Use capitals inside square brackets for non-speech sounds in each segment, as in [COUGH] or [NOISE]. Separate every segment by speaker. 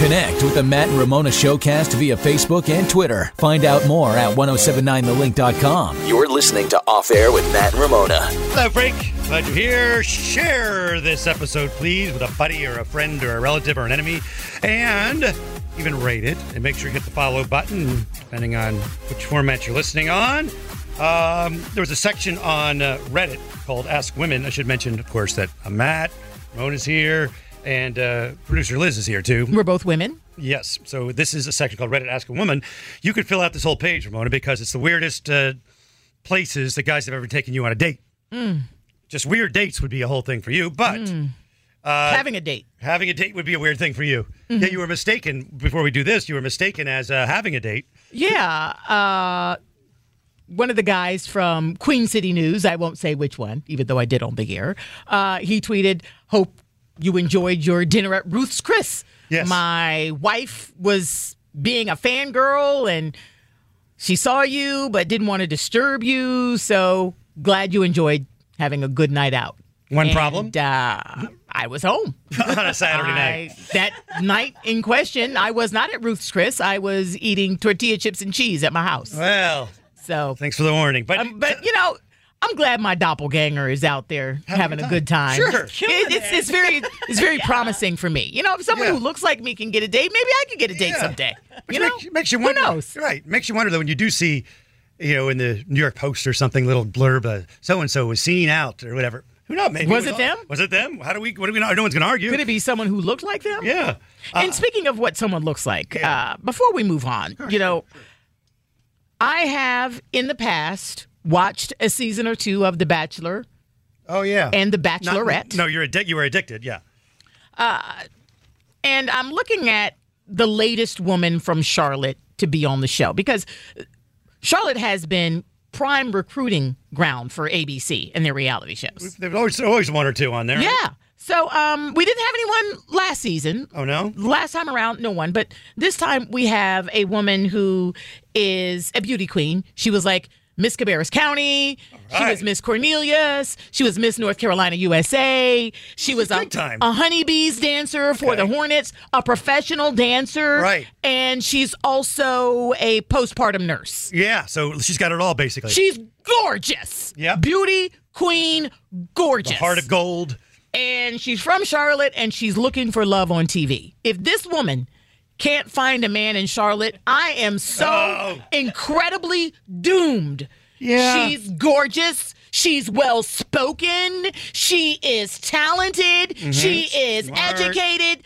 Speaker 1: Connect with the Matt and Ramona Showcast via Facebook and Twitter. Find out more at 1079thelink.com.
Speaker 2: You're listening to Off Air with Matt and Ramona.
Speaker 3: Hello, break. Glad you're here. Share this episode, please, with a buddy or a friend or a relative or an enemy. And even rate it. And make sure you hit the follow button, depending on which format you're listening on. Um, there was a section on uh, Reddit called Ask Women. I should mention, of course, that I'm Matt, Ramona's here, and uh, producer Liz is here, too.
Speaker 4: We're both women.
Speaker 3: Yes. So this is a section called Reddit Ask a Woman. You could fill out this whole page, Ramona, because it's the weirdest uh, places that guys have ever taken you on a date.
Speaker 4: Mm.
Speaker 3: Just weird dates would be a whole thing for you, but Uh,
Speaker 4: Having a date.
Speaker 3: having a date would be a weird thing for you.
Speaker 4: Mm-hmm.
Speaker 3: Yeah, you were mistaken before we do this. You were mistaken as uh, having a date.
Speaker 4: Yeah. Uh, one of the guys from Queen City News, I won't say which one, even though I did on the air, uh, he tweeted, Hope you enjoyed your dinner at Ruth's Chris.
Speaker 3: Yes.
Speaker 4: My wife was being a fangirl and she saw you but didn't want to disturb you. So glad you enjoyed having a good night out.
Speaker 3: One
Speaker 4: And,
Speaker 3: problem?
Speaker 4: Uh, I was home.
Speaker 3: [LAUGHS] on a Saturday night.
Speaker 4: I- that night in question, I was not at Ruth's Chris. I was eating tortilla chips and cheese at my house.
Speaker 3: Well,
Speaker 4: So,
Speaker 3: thanks for the warning. But,
Speaker 4: um, but you know, I'm glad my doppelganger is out there having, a good time.
Speaker 3: Sure.
Speaker 4: It- it's, it's very it's
Speaker 3: [LAUGHS]
Speaker 4: very promising for me. You know, if someone
Speaker 3: Yeah.
Speaker 4: who looks like me can get a date, maybe I can get a date
Speaker 3: Yeah.
Speaker 4: someday.
Speaker 3: Which
Speaker 4: you know,
Speaker 3: makes, makes you wonder.
Speaker 4: Who knows?
Speaker 3: Right. Makes you wonder, though, when you do see, you know, in the New York Post or something, little blurb, uh, so and so was seen out or whatever. Who knows? Maybe
Speaker 4: Was it
Speaker 3: all-
Speaker 4: them?
Speaker 3: Was it them? How do we, what do we know? No one's going to argue.
Speaker 4: Could it be someone who looked like them?
Speaker 3: yeah. Uh,
Speaker 4: and speaking of what someone looks like, uh, before we move on, you know, I have in the past watched a season or two of The Bachelor
Speaker 3: oh, yeah.
Speaker 4: and The
Speaker 3: Not-
Speaker 4: Bachelorette,
Speaker 3: No, you're addic- you were addicted. Yeah.
Speaker 4: and I'm looking at the latest woman from Charlotte to be on the show because Charlotte has been prime recruiting ground for ABC and their reality shows.
Speaker 3: There's always, always one or two on there.
Speaker 4: Yeah. So um, we didn't have anyone last season.
Speaker 3: Oh, no?
Speaker 4: last time around, no one, but this time we have a woman who is a beauty queen. She was like Miss Cabarrus County. She
Speaker 3: right.
Speaker 4: was Miss Cornelius. She was Miss North Carolina, USA. She was a,
Speaker 3: big time.
Speaker 4: a honeybees dancer for the Hornets, a professional dancer.
Speaker 3: Right.
Speaker 4: And she's also a postpartum nurse.
Speaker 3: Yeah. So she's got it all, basically.
Speaker 4: She's gorgeous.
Speaker 3: Yep.
Speaker 4: Beauty queen, gorgeous
Speaker 3: the heart of gold.
Speaker 4: and she's from Charlotte and she's looking for love on TV. If this woman can't find a man in Charlotte, I am so
Speaker 3: Oh.
Speaker 4: incredibly doomed.
Speaker 3: Yeah.
Speaker 4: She's gorgeous. She's well spoken. She is talented. She is
Speaker 3: Mhm. Smart.
Speaker 4: educated.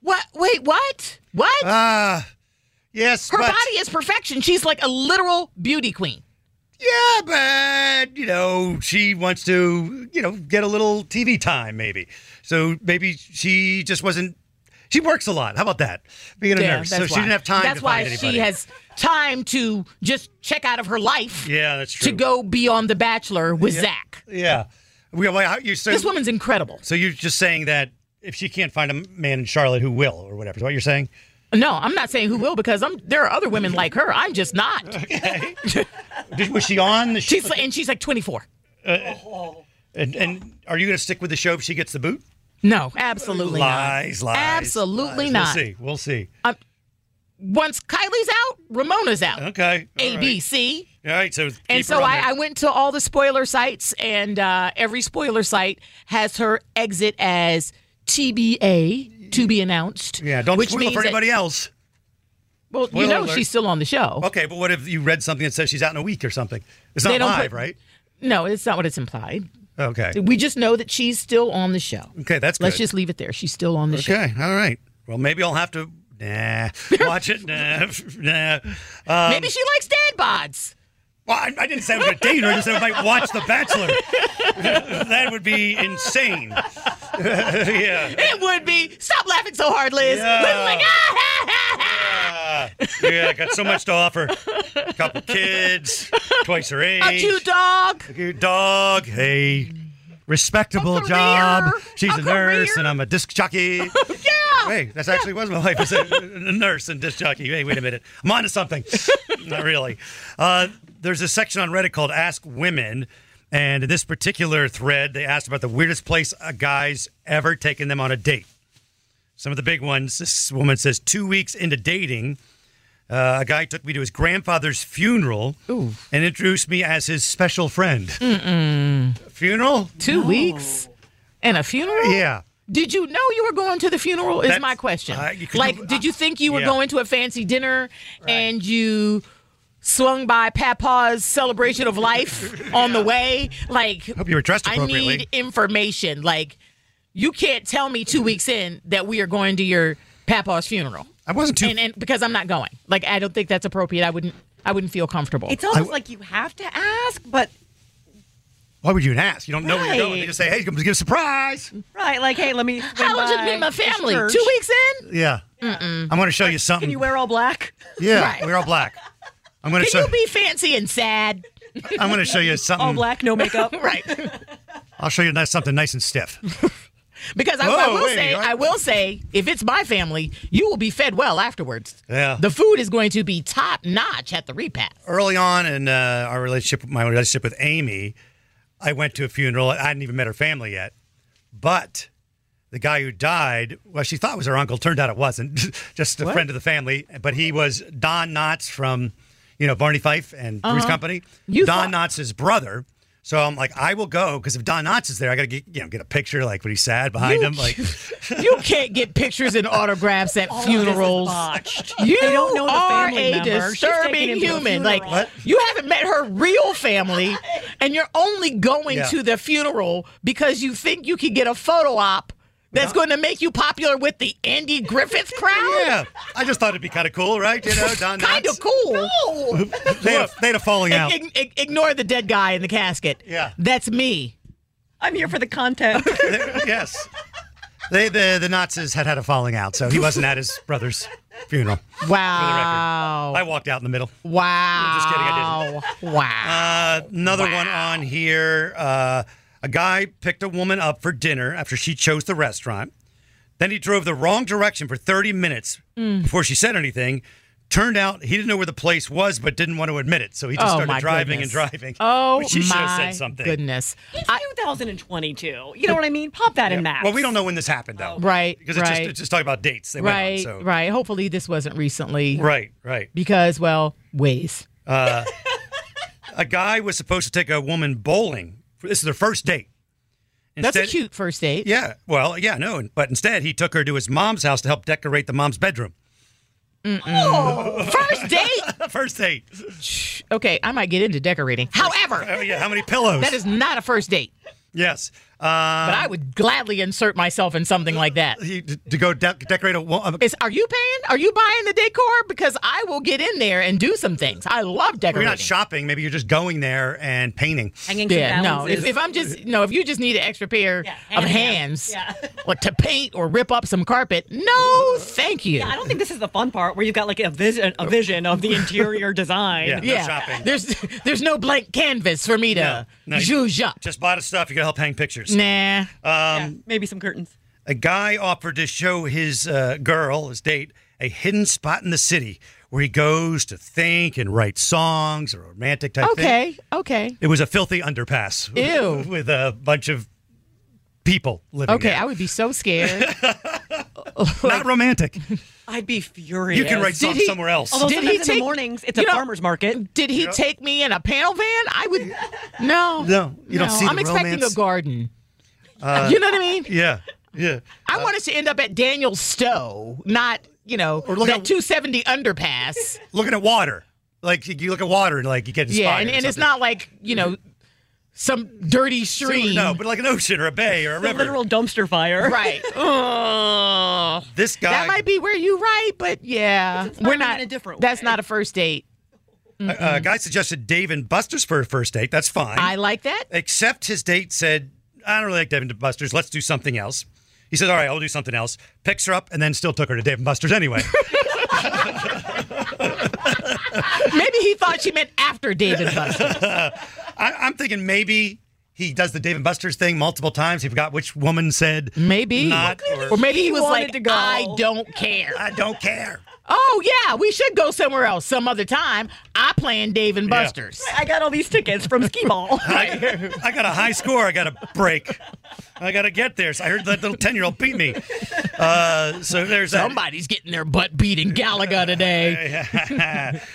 Speaker 4: What? Wait, what? What?
Speaker 3: Ah. yes.
Speaker 4: Her
Speaker 3: but-
Speaker 4: body is perfection. She's like a literal beauty queen.
Speaker 3: Yeah, but you know, she wants to, you know, get a little TV time maybe. So maybe she just wasn't. She works a lot. How about that? Being a nurse, so she
Speaker 4: why.
Speaker 3: didn't have time.
Speaker 4: That's
Speaker 3: to
Speaker 4: why
Speaker 3: find anybody.
Speaker 4: she has time to just check out of her life.
Speaker 3: Yeah, that's true.
Speaker 4: to go beyond The Bachelor with Zach.
Speaker 3: Yeah, we. Well, how- you so,
Speaker 4: This woman's incredible.
Speaker 3: so you're just saying that if she can't find a man in Charlotte, who will or whatever is what you're saying?
Speaker 4: No, I'm not saying who will because I'm, there are other women like her. I'm just not.
Speaker 3: [LAUGHS] Did- Was she on the show?
Speaker 4: She's and she's like 24.
Speaker 3: And, and are you going to stick with the show if she gets the boot?
Speaker 4: No, absolutely
Speaker 3: Lies,
Speaker 4: not.
Speaker 3: lies.
Speaker 4: absolutely not.
Speaker 3: lies. We'll see. We'll see.
Speaker 4: Once Kylie's out, Ramona's out.
Speaker 3: Okay. all
Speaker 4: A
Speaker 3: right.
Speaker 4: B C.
Speaker 3: All right. So
Speaker 4: And so I, I went to all the spoiler sites, and uh, every spoiler site has her exit as TBA to be announced.
Speaker 3: yeah. Don't
Speaker 4: which
Speaker 3: spoil it
Speaker 4: means
Speaker 3: for
Speaker 4: that-
Speaker 3: anybody else.
Speaker 4: well,
Speaker 3: Spoiler
Speaker 4: you know
Speaker 3: alert.
Speaker 4: she's still on the show.
Speaker 3: Okay, but what if you read something that says she's out in a week or something? It's not
Speaker 4: They don't
Speaker 3: live,
Speaker 4: put-
Speaker 3: right?
Speaker 4: No, it's not what it's implied.
Speaker 3: Okay.
Speaker 4: We just know that she's still on the show.
Speaker 3: Okay, that's good.
Speaker 4: Let's just leave it there. She's still on the show.
Speaker 3: Okay, all right. Well, maybe I'll have to
Speaker 4: [LAUGHS]
Speaker 3: nah watch it. Nah, nah. Uh,
Speaker 4: Maybe she likes dad bods.
Speaker 3: well, I, I didn't say I [LAUGHS] was going to date her. I just said I might watch The Bachelor. that would be insane. [LAUGHS] yeah.
Speaker 4: It would be. Stop laughing so hard, Liz.
Speaker 3: Yeah.
Speaker 4: Liz is like, ah, ha, ha, ha.
Speaker 3: Uh, yeah, I got so much to offer. A couple kids, twice her age.
Speaker 4: a cute dog.
Speaker 3: Your dog, hey, respectable
Speaker 4: A career.
Speaker 3: job. She's
Speaker 4: A
Speaker 3: a, nurse,
Speaker 4: career.
Speaker 3: and I'm a disc jockey. yeah. Hey, that's actually was my wife. Is a, a nurse and disc jockey. Hey, wait a minute. I'm onto something. Not really. Uh, there's a section on Reddit called Ask Women. And in this particular thread, they asked about the weirdest place a guy's ever taken them on a date. Some of the big ones. This woman says, two weeks into dating, uh, a guy took me to his grandfather's funeral and introduced me as his special friend. Funeral?
Speaker 4: Two weeks and a funeral.
Speaker 3: Yeah.
Speaker 4: Did you know you were going to the funeral? Is
Speaker 3: That's-
Speaker 4: my question.
Speaker 3: I- you could-
Speaker 4: like, did you think you were
Speaker 3: Yeah.
Speaker 4: going to a fancy dinner and you swung by Papa's celebration of
Speaker 3: [LAUGHS]
Speaker 4: life on the way? Like,
Speaker 3: Hope you were dressed
Speaker 4: I
Speaker 3: appropriately.
Speaker 4: need information. Like, you can't tell me two weeks in that we are going to your Papa's funeral,
Speaker 3: I wasn't too.
Speaker 4: and and because I'm not going. Like, I don't think that's appropriate. I wouldn't. I wouldn't feel comfortable.
Speaker 5: It's almost like you have to ask, but
Speaker 3: why would you even ask? You don't know where you're going.
Speaker 5: Right.
Speaker 3: You just say, hey, come give a surprise.
Speaker 5: right, like, hey, let me.
Speaker 4: How would you
Speaker 5: by
Speaker 4: meet my family?
Speaker 5: church.
Speaker 4: Two weeks in?
Speaker 3: Yeah. I'm going to show you something.
Speaker 5: Can you wear all black?
Speaker 3: yeah,
Speaker 4: Right.
Speaker 3: we're all
Speaker 5: [LAUGHS]
Speaker 3: black. I'm going to
Speaker 4: Can
Speaker 3: show.
Speaker 4: you be fancy and sad?
Speaker 3: I'm going to show you something.
Speaker 5: [LAUGHS] All black, no makeup.
Speaker 4: [LAUGHS] Right.
Speaker 3: I'll show you nice, something nice and stiff.
Speaker 4: Because I, I
Speaker 3: Whoa,
Speaker 4: will
Speaker 3: Oh, wait,
Speaker 4: say,
Speaker 3: I-
Speaker 4: I will say, if it's my family, you will be fed well afterwards.
Speaker 3: Yeah.
Speaker 4: The food is going to be top notch at the repast.
Speaker 3: Early on in uh, our relationship, my relationship with Amy, I went to a funeral. I hadn't even met her family yet, but the guy who died, well, she thought was her uncle. Turned out it wasn't. [LAUGHS] Just a friend of the family. But he was Don Knotts from, you know, Barney Fife and Bruce Company.
Speaker 4: Uh-huh. You
Speaker 3: Don
Speaker 4: thought-
Speaker 3: Knotts' brother. So I'm like, I will go because if Don Knotts is there, I gotta get you know get a picture like when he's sad behind
Speaker 4: You- [LAUGHS]
Speaker 3: him. Like,
Speaker 4: You can't get pictures and autographs
Speaker 5: [LAUGHS]
Speaker 4: at funerals. You
Speaker 5: They don't know the
Speaker 4: are
Speaker 5: family
Speaker 4: a
Speaker 5: member. She's taking
Speaker 4: disturbing
Speaker 5: him to a
Speaker 4: human.
Speaker 5: funeral.
Speaker 4: Like
Speaker 3: What?
Speaker 4: you haven't met her real family, and you're only going
Speaker 3: Yeah.
Speaker 4: to the funeral because you think you can get a photo op that's going to make you popular with the Andy Griffith crowd.
Speaker 3: yeah, I just thought it'd be kind of cool, right? You know, Don
Speaker 4: Kind
Speaker 3: Knotts.
Speaker 4: of cool.
Speaker 3: They had, a, they had a falling out.
Speaker 4: Ig- ig- ignore the dead guy in the casket.
Speaker 3: Yeah.
Speaker 4: That's me.
Speaker 5: I'm here for the content.
Speaker 3: [LAUGHS] yes. They, the the Nazis had had a falling out, so he wasn't at his brother's funeral.
Speaker 4: Wow.
Speaker 3: I walked out in the middle.
Speaker 4: Wow.
Speaker 3: just kidding, I
Speaker 4: Wow. [LAUGHS]
Speaker 3: Uh, another one on here. Uh, a guy picked a woman up for dinner after she chose the restaurant. Then he drove the wrong direction for 30 minutes
Speaker 4: Mm.
Speaker 3: before she said anything. Turned out he didn't know where the place was, but didn't want to admit it, so he just
Speaker 4: Oh,
Speaker 3: started
Speaker 4: my
Speaker 3: driving
Speaker 4: goodness.
Speaker 3: and driving.
Speaker 4: Oh,
Speaker 3: But she should have
Speaker 4: my
Speaker 3: said something.
Speaker 4: goodness.
Speaker 5: It's 2022. You know what I mean? Pop that in maps.
Speaker 3: Well, we don't know when this happened though,
Speaker 4: Right,
Speaker 3: Because it's
Speaker 4: right.
Speaker 3: just it's just talking about dates. They went on,
Speaker 4: Right,
Speaker 3: so-
Speaker 4: right. Hopefully this wasn't recently.
Speaker 3: right, right.
Speaker 4: Because, well, ways.
Speaker 3: a guy was supposed to take a woman bowling. This is their first date.
Speaker 4: That's a
Speaker 3: Instead-
Speaker 4: cute first date.
Speaker 3: Yeah. Well, yeah, no. But instead, he took her to his mom's house to help decorate the mom's bedroom. [LAUGHS]
Speaker 4: First date?
Speaker 3: first date.
Speaker 4: Okay, I might get into decorating. However, [LAUGHS]
Speaker 3: Oh, yeah. How many pillows?
Speaker 4: that is not a first date.
Speaker 3: yes. Uh,
Speaker 4: But I would gladly insert myself in something like that.
Speaker 3: he, to go de- decorate a um, woman.
Speaker 4: Is, are you paying? Are you buying the decor? Because I will get in there and do some things. I love
Speaker 3: You're
Speaker 4: decorating.
Speaker 3: not shopping. Maybe you're just going there and painting.
Speaker 5: Hanging some
Speaker 4: Yeah, no.
Speaker 5: balances.
Speaker 4: If, if I'm just no, if you just need an extra pair
Speaker 5: Yeah,
Speaker 4: of
Speaker 5: hand in hand.
Speaker 4: hands,
Speaker 5: Yeah.
Speaker 4: [LAUGHS] or to paint or rip up some carpet, no, thank you.
Speaker 5: I don't think this is the fun part where you've got like a vision, a vision of
Speaker 4: [LAUGHS]
Speaker 5: the interior design.
Speaker 3: Yeah.
Speaker 4: yeah,
Speaker 3: shopping.
Speaker 4: there's there's no blank canvas for me to
Speaker 3: No, no, you-
Speaker 4: zhuzh up.
Speaker 3: Just bought his stuff. You got to help hang pictures.
Speaker 4: nah,
Speaker 5: Yeah,
Speaker 3: Um,
Speaker 5: maybe some curtains.
Speaker 3: A guy offered to show his uh, girl, his date, a hidden spot in the city where he goes to think and write songs or romantic type thing.
Speaker 4: okay, okay,
Speaker 3: It was a filthy underpass.
Speaker 4: Ew.
Speaker 3: [LAUGHS] With a bunch of people living
Speaker 4: okay.
Speaker 3: there.
Speaker 4: I would be so
Speaker 3: [LAUGHS]
Speaker 4: scared.
Speaker 3: Not romantic.
Speaker 5: I'd be furious.
Speaker 3: You can write songs
Speaker 4: he-
Speaker 3: somewhere else.
Speaker 5: Although
Speaker 4: Did
Speaker 5: sometimes
Speaker 4: he
Speaker 5: in
Speaker 4: take-
Speaker 5: the mornings, it's
Speaker 4: you
Speaker 5: a
Speaker 4: know-
Speaker 5: farmer's market.
Speaker 4: Did he take me in a panel van? I would. No,
Speaker 3: No, you don't see
Speaker 4: I'm
Speaker 3: the
Speaker 4: expecting
Speaker 3: romance. Uh,
Speaker 4: a garden. you know what I mean?
Speaker 3: yeah. Yeah.
Speaker 4: I want us to end up at Daniel Stowe, not you know
Speaker 3: Or look
Speaker 4: that
Speaker 3: at-
Speaker 4: 270
Speaker 3: [LAUGHS]
Speaker 4: underpass.
Speaker 3: Looking at water. Like you- you look at water and like you get inspired.
Speaker 4: yeah, and,
Speaker 3: or
Speaker 4: and it's
Speaker 3: something.
Speaker 4: not like you know some dirty stream.
Speaker 3: No, but like an ocean or a bay or a
Speaker 5: The
Speaker 3: river.
Speaker 5: literal dumpster
Speaker 4: [LAUGHS]
Speaker 3: [LAUGHS]
Speaker 5: fire.
Speaker 4: right. Ugh.
Speaker 3: this guy
Speaker 4: that might be where you right, but yeah, we're
Speaker 5: inspiring
Speaker 4: not
Speaker 5: in a different
Speaker 4: That's
Speaker 5: way.
Speaker 4: not a first date.
Speaker 3: uh, guy suggested Dave and Buster's for a first date. That's fine.
Speaker 4: I like that.
Speaker 3: Except his date said I don't really like Dave and Buster's. Let's do something else. He says, all right, I'll do something else. Picks her up and then still took her to Dave and Buster's anyway.
Speaker 4: [LAUGHS] Maybe he thought she meant after David
Speaker 3: [LAUGHS]
Speaker 4: Buster.
Speaker 3: I, I'm thinking maybe he does the Dave and Buster's thing multiple times. He forgot which woman said
Speaker 4: Maybe.
Speaker 3: not
Speaker 4: or
Speaker 3: or
Speaker 4: maybe he was
Speaker 5: wanted
Speaker 4: like,
Speaker 5: to go.
Speaker 4: I don't care.
Speaker 3: I don't care.
Speaker 4: Oh, yeah, we should go somewhere else some other time. I plan Dave and Buster's.
Speaker 5: I got all these tickets from
Speaker 4: [LAUGHS]
Speaker 5: Skee Ball.
Speaker 3: I, I got a high score. I got a break. I got to get there. So I heard that little 10 year old beat me. Uh, so there's that.
Speaker 4: Somebody's getting their butt beat in Galaga today.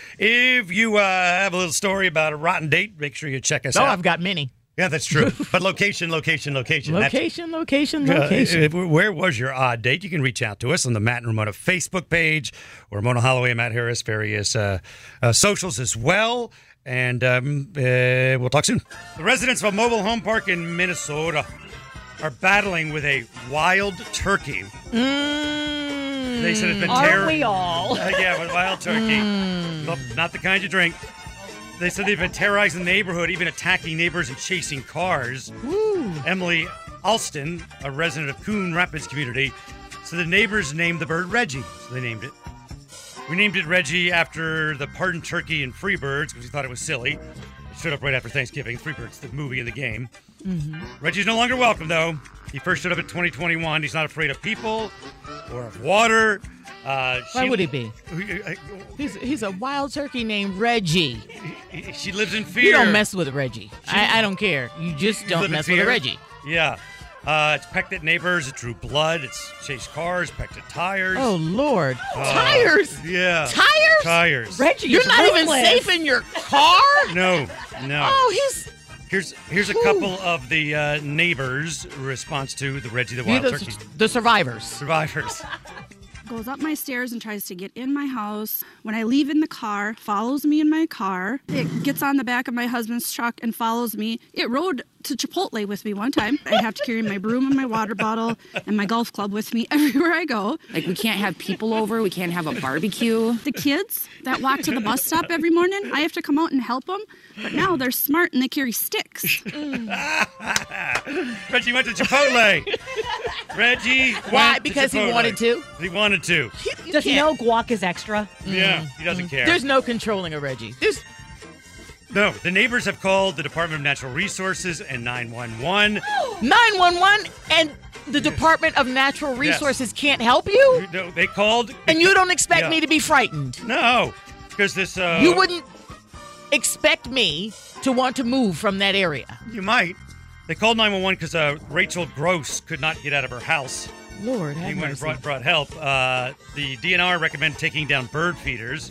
Speaker 3: [LAUGHS] if you uh, have a little story about a rotten date, make sure you check us
Speaker 4: Oh,
Speaker 3: out.
Speaker 4: I've got many.
Speaker 3: yeah, that's true. But location, location, location. That's-
Speaker 4: Location, location,
Speaker 3: uh,
Speaker 4: location.
Speaker 3: if- where was your odd date? You can reach out to us on the Matt and Ramona Facebook page or Ramona Holloway and Matt Harris, various uh, uh, socials as well. And um, uh, we'll talk soon. The residents of a mobile home park in Minnesota are battling with a wild turkey. They said it's been
Speaker 5: Are
Speaker 3: terrible.
Speaker 5: we all?
Speaker 3: Uh, [LAUGHS]
Speaker 4: [LAUGHS]
Speaker 3: yeah, with wild turkey.
Speaker 4: Hmm.
Speaker 3: Nope, not the kind you drink. They said they've been terrorizing the neighborhood, even attacking neighbors and chasing cars. Emily Alston, a resident of Coon Rapids community, so the neighbors named the bird Reggie. So they named it. We named it Reggie after the pardoned turkey and free birds because we thought it was silly. It showed up right after Thanksgiving. Free birds, the movie and the game.
Speaker 4: Mm-hmm.
Speaker 3: Reggie's no longer welcome, though. He first showed up in 2021. He's not afraid of people or of water. Uh,
Speaker 4: Why
Speaker 3: she-
Speaker 4: would he be?
Speaker 3: I-
Speaker 4: He's, he's a wild turkey named Reggie.
Speaker 3: I- She lives in fear.
Speaker 4: You don't mess with Reggie. I, I don't care. You just
Speaker 3: You live
Speaker 4: don't
Speaker 3: in
Speaker 4: mess with
Speaker 3: fear?
Speaker 4: Reggie.
Speaker 3: Yeah. Uh, it's pecked at neighbors. It drew blood. It's chased cars. Pecked at tires.
Speaker 4: Oh, Lord.
Speaker 3: Uh,
Speaker 4: Tires?
Speaker 3: Yeah.
Speaker 4: Tires?
Speaker 3: Tires.
Speaker 5: Reggie,
Speaker 4: You're not even safe in your car?
Speaker 3: No. No.
Speaker 4: [LAUGHS] Oh, he's.
Speaker 3: Here's here's a couple of the uh, neighbors' response to the Reggie the
Speaker 4: You're
Speaker 3: Wild Turkey
Speaker 4: the, the survivors.
Speaker 3: survivors. [LAUGHS]
Speaker 6: goes up my stairs and tries to get in my house. When I leave in the car, follows me in my car. It gets on the back of my husband's truck and follows me. It rode to Chipotle with me one time. I have to carry my broom and my water bottle and my golf club with me [LAUGHS] everywhere I go.
Speaker 7: Like we can't have people over, we can't have a barbecue.
Speaker 6: The kids that walk to the bus stop every morning, I have to come out and help them. But now they're smart and they carry sticks.
Speaker 3: Reggie went to Chipotle.
Speaker 4: [LAUGHS]
Speaker 3: Reggie.
Speaker 4: Why?
Speaker 3: went to
Speaker 4: Because he
Speaker 3: Chipotle.
Speaker 4: wanted to?
Speaker 3: He wanted to.
Speaker 5: Does he know guac is extra?
Speaker 3: Yeah. He doesn't care.
Speaker 4: Mm. There's no controlling a Reggie. There's
Speaker 3: no. The neighbors have called the Department of Natural Resources and 911.
Speaker 4: 911 and the Department of Natural
Speaker 3: Yes.
Speaker 4: Resources can't help you?
Speaker 3: No, they called.
Speaker 4: And you don't expect
Speaker 3: Yeah.
Speaker 4: me to be frightened.
Speaker 3: No, because this. Uh,
Speaker 4: You wouldn't expect me to want to move from that area.
Speaker 3: You might. They called 911 because uh, Rachel Gross could not get out of her house.
Speaker 4: Lord, have
Speaker 3: Anyone
Speaker 4: mercy.
Speaker 3: brought, brought help. Uh, the DNR recommended taking down bird feeders,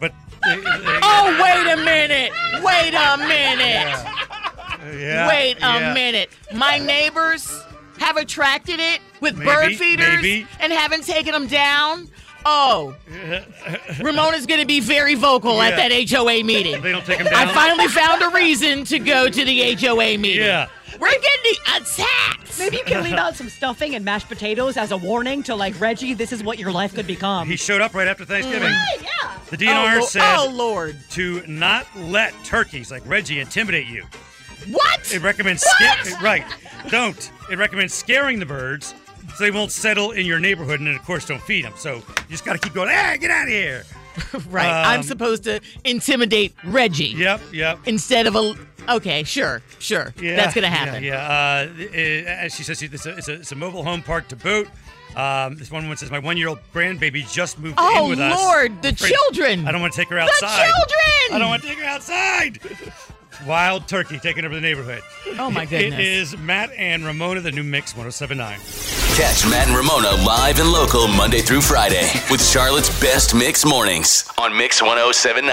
Speaker 3: but they, they-
Speaker 4: [LAUGHS] Oh, wait a minute. Wait a minute.
Speaker 3: [LAUGHS] yeah,
Speaker 4: Wait a
Speaker 3: yeah.
Speaker 4: minute. My neighbors have attracted it with
Speaker 3: Maybe,
Speaker 4: bird feeders
Speaker 3: maybe.
Speaker 4: and haven't taken them down.
Speaker 3: [LAUGHS]
Speaker 4: Oh, Ramona's going to be very vocal at
Speaker 3: Yeah.
Speaker 4: that HOA meeting.
Speaker 3: They don't take them down.
Speaker 4: I finally found a reason to go to the HOA meeting.
Speaker 3: Yeah.
Speaker 4: We're getting attacked.
Speaker 5: Maybe you can leave out some stuffing and mashed potatoes as a warning to like Reggie, this is what your life could become.
Speaker 3: he showed up right after Thanksgiving.
Speaker 5: yeah.
Speaker 3: The
Speaker 4: Oh,
Speaker 3: DNR
Speaker 4: Lord.
Speaker 3: said
Speaker 4: oh, Lord.
Speaker 3: to not let turkeys like Reggie intimidate you.
Speaker 4: What?
Speaker 3: It recommends sca- right. Don't. It recommends scaring the birds so they won't settle in your neighborhood, and then, of course, don't feed them. So you just got to keep going. Hey, get out of here.
Speaker 4: [LAUGHS] right. I'm
Speaker 3: Um,
Speaker 4: supposed to intimidate Reggie
Speaker 3: Yep, yep.
Speaker 4: instead of a. Okay, sure, sure.
Speaker 3: Yeah,
Speaker 4: That's going to happen.
Speaker 3: Yeah. yeah. Uh, it- as she says, it's a, it's, a, it's a mobile home park to boot. Um, this one woman says, "My one-year-old grandbaby just moved
Speaker 4: Oh,
Speaker 3: in with us."
Speaker 4: Lord, the
Speaker 3: I'm afraid-
Speaker 4: children.
Speaker 3: I don't want to take her
Speaker 4: The
Speaker 3: outside.
Speaker 4: children!
Speaker 3: I don't want to take her outside. Wild turkey taking over the neighborhood.
Speaker 4: Oh, my goodness.
Speaker 3: It is Matt and Ramona, the new mix 1079.
Speaker 2: Catch Matt and Ramona live and local Monday through Friday with Charlotte's Best Mix Mornings on Mix 1079.